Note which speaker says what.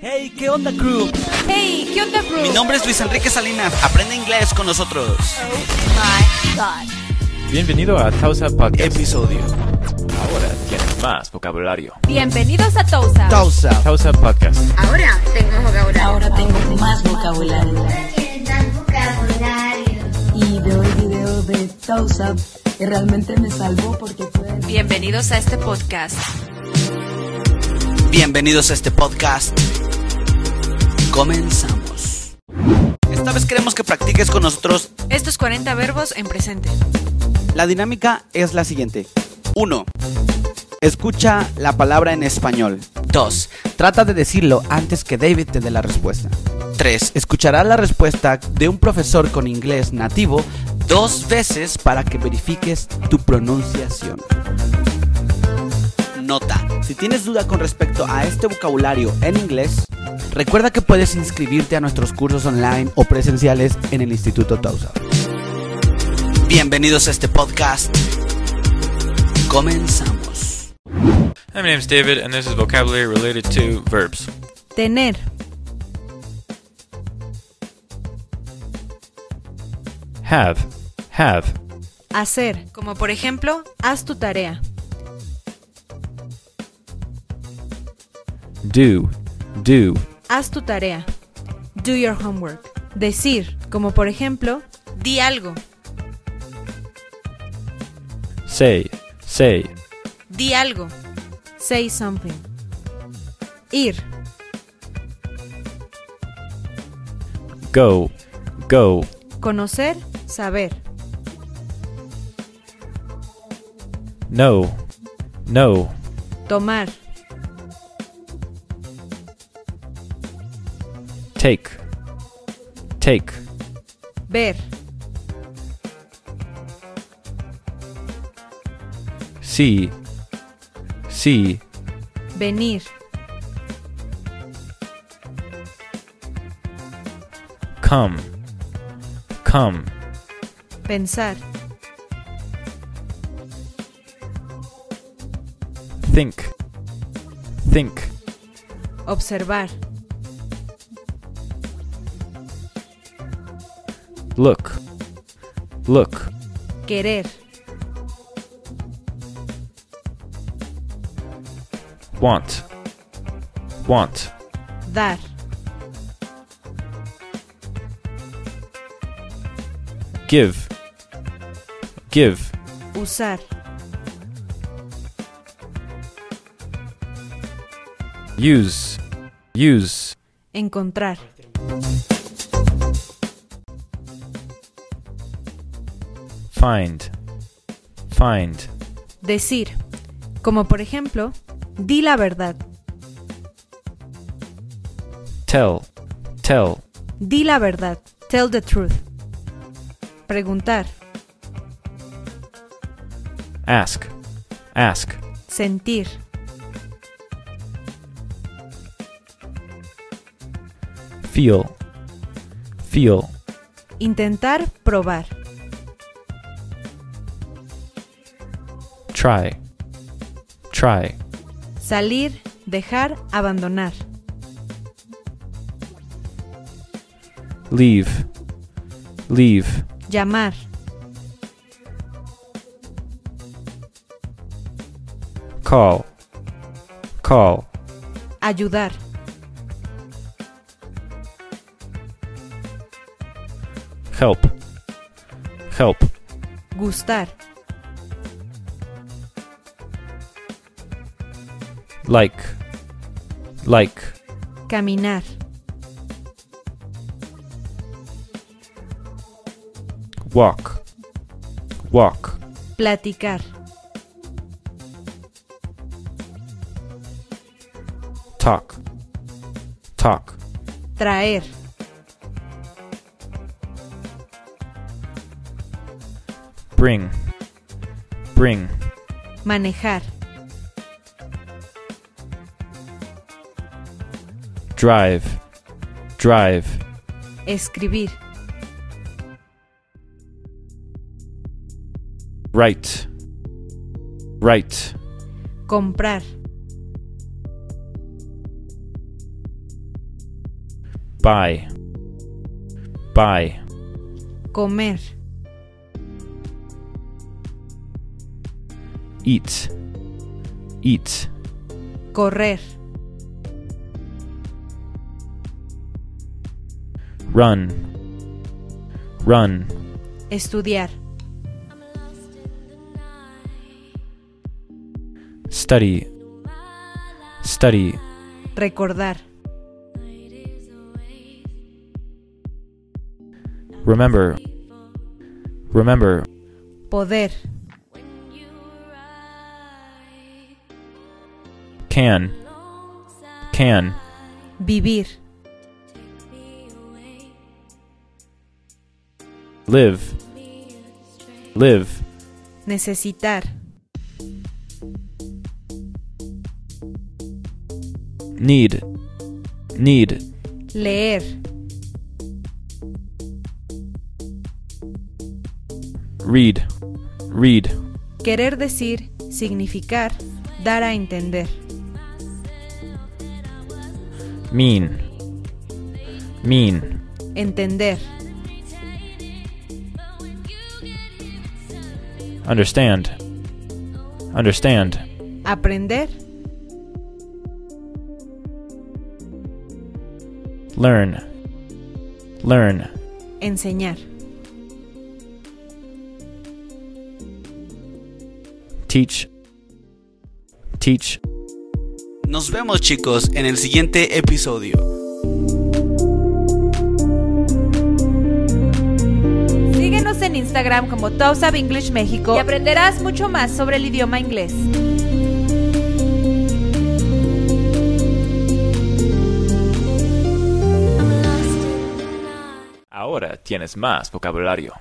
Speaker 1: Hey, ¿qué onda, crew?
Speaker 2: Hey, ¿qué onda, crew?
Speaker 1: Mi nombre es Luis Enrique Salinas. Aprende inglés con nosotros.
Speaker 2: Oh my god.
Speaker 3: Bienvenido a Tausa Podcast.
Speaker 1: Episodio.
Speaker 3: Ahora tienes más vocabulario.
Speaker 2: Bienvenidos a Tousa.
Speaker 1: Pausa.
Speaker 3: Tausa Podcast.
Speaker 4: Ahora tengo vocabulario.
Speaker 5: Ahora tengo más vocabulario y veo el video de Tausa que realmente me salvó porque fue...
Speaker 2: Bienvenidos a este podcast.
Speaker 1: Bienvenidos a este podcast. Comenzamos. Esta vez queremos que practiques con nosotros.
Speaker 2: Estos 40 verbos en presente.
Speaker 1: La dinámica es la siguiente. 1. Escucha la palabra en español. 2. Trata de decirlo antes que David te dé la respuesta. 3. Escuchará la respuesta de un profesor con inglés nativo dos veces para que verifiques tu pronunciación. Nota. Si tienes duda con respecto a este vocabulario en inglés, recuerda que puedes inscribirte a nuestros cursos online o presenciales en el Instituto Tausa. Bienvenidos a este podcast. Comenzamos.
Speaker 3: Hi, my name's David, and this is vocabulary related to verbs.
Speaker 2: Tener,
Speaker 3: Have, have,
Speaker 2: hacer. Como por ejemplo, haz tu tarea.
Speaker 3: do, do,
Speaker 2: Haz tu tarea. Do your homework. Decir. Como por ejemplo, di algo.
Speaker 3: say, say,
Speaker 2: Di algo. Say something. Ir.
Speaker 3: go, go,
Speaker 2: Conocer. Saber.
Speaker 3: no, no,
Speaker 2: Tomar.
Speaker 3: take, take,
Speaker 2: Ver.
Speaker 3: see, see,
Speaker 2: Venir.
Speaker 3: come, come,
Speaker 2: Pensar.
Speaker 3: think, think,
Speaker 2: Observar.
Speaker 3: look, look,
Speaker 2: Querer.
Speaker 3: want, want,
Speaker 2: Dar.
Speaker 3: give, give,
Speaker 2: Usar.
Speaker 3: use, use.
Speaker 2: Encontrar.
Speaker 3: find, find,
Speaker 2: Decir. Como por ejemplo, di la verdad.
Speaker 3: tell, tell,
Speaker 2: Di la verdad. Tell the truth. Preguntar.
Speaker 3: ask, ask,
Speaker 2: Sentir.
Speaker 3: feel, feel,
Speaker 2: Intentar probar.
Speaker 3: try, try,
Speaker 2: Salir. Dejar. Abandonar.
Speaker 3: leave, leave,
Speaker 2: Llamar.
Speaker 3: call, call,
Speaker 2: Ayudar.
Speaker 3: help, help,
Speaker 2: Gustar.
Speaker 3: like, like,
Speaker 2: Caminar.
Speaker 3: walk, walk,
Speaker 2: Platicar.
Speaker 3: talk, talk,
Speaker 2: Traer.
Speaker 3: bring, bring,
Speaker 2: Manejar.
Speaker 3: drive, drive,
Speaker 2: Escribir.
Speaker 3: right, right.
Speaker 2: Comprar.
Speaker 3: Buy. Buy.
Speaker 2: comer,
Speaker 3: Eat. Eat.
Speaker 2: correr,
Speaker 3: Run. Run.
Speaker 2: estudiar,
Speaker 3: Study. Study.
Speaker 2: recordar,
Speaker 3: Remember. Remember.
Speaker 2: poder,
Speaker 3: Can. Can.
Speaker 2: vivir,
Speaker 3: Live. Live.
Speaker 2: necesitar,
Speaker 3: Need. Need.
Speaker 2: leer,
Speaker 3: Read. Read.
Speaker 2: querer decir, significar, dar a entender,
Speaker 3: Mean. Mean.
Speaker 2: entender,
Speaker 3: Understand. Understand.
Speaker 2: aprender,
Speaker 3: Learn. Learn.
Speaker 2: enseñar,
Speaker 3: Teach. Teach.
Speaker 1: Nos vemos chicos en el siguiente episodio.
Speaker 2: Síguenos en Instagram como Toasab English México y aprenderás mucho más sobre el idioma inglés.
Speaker 3: Ahora tienes más vocabulario.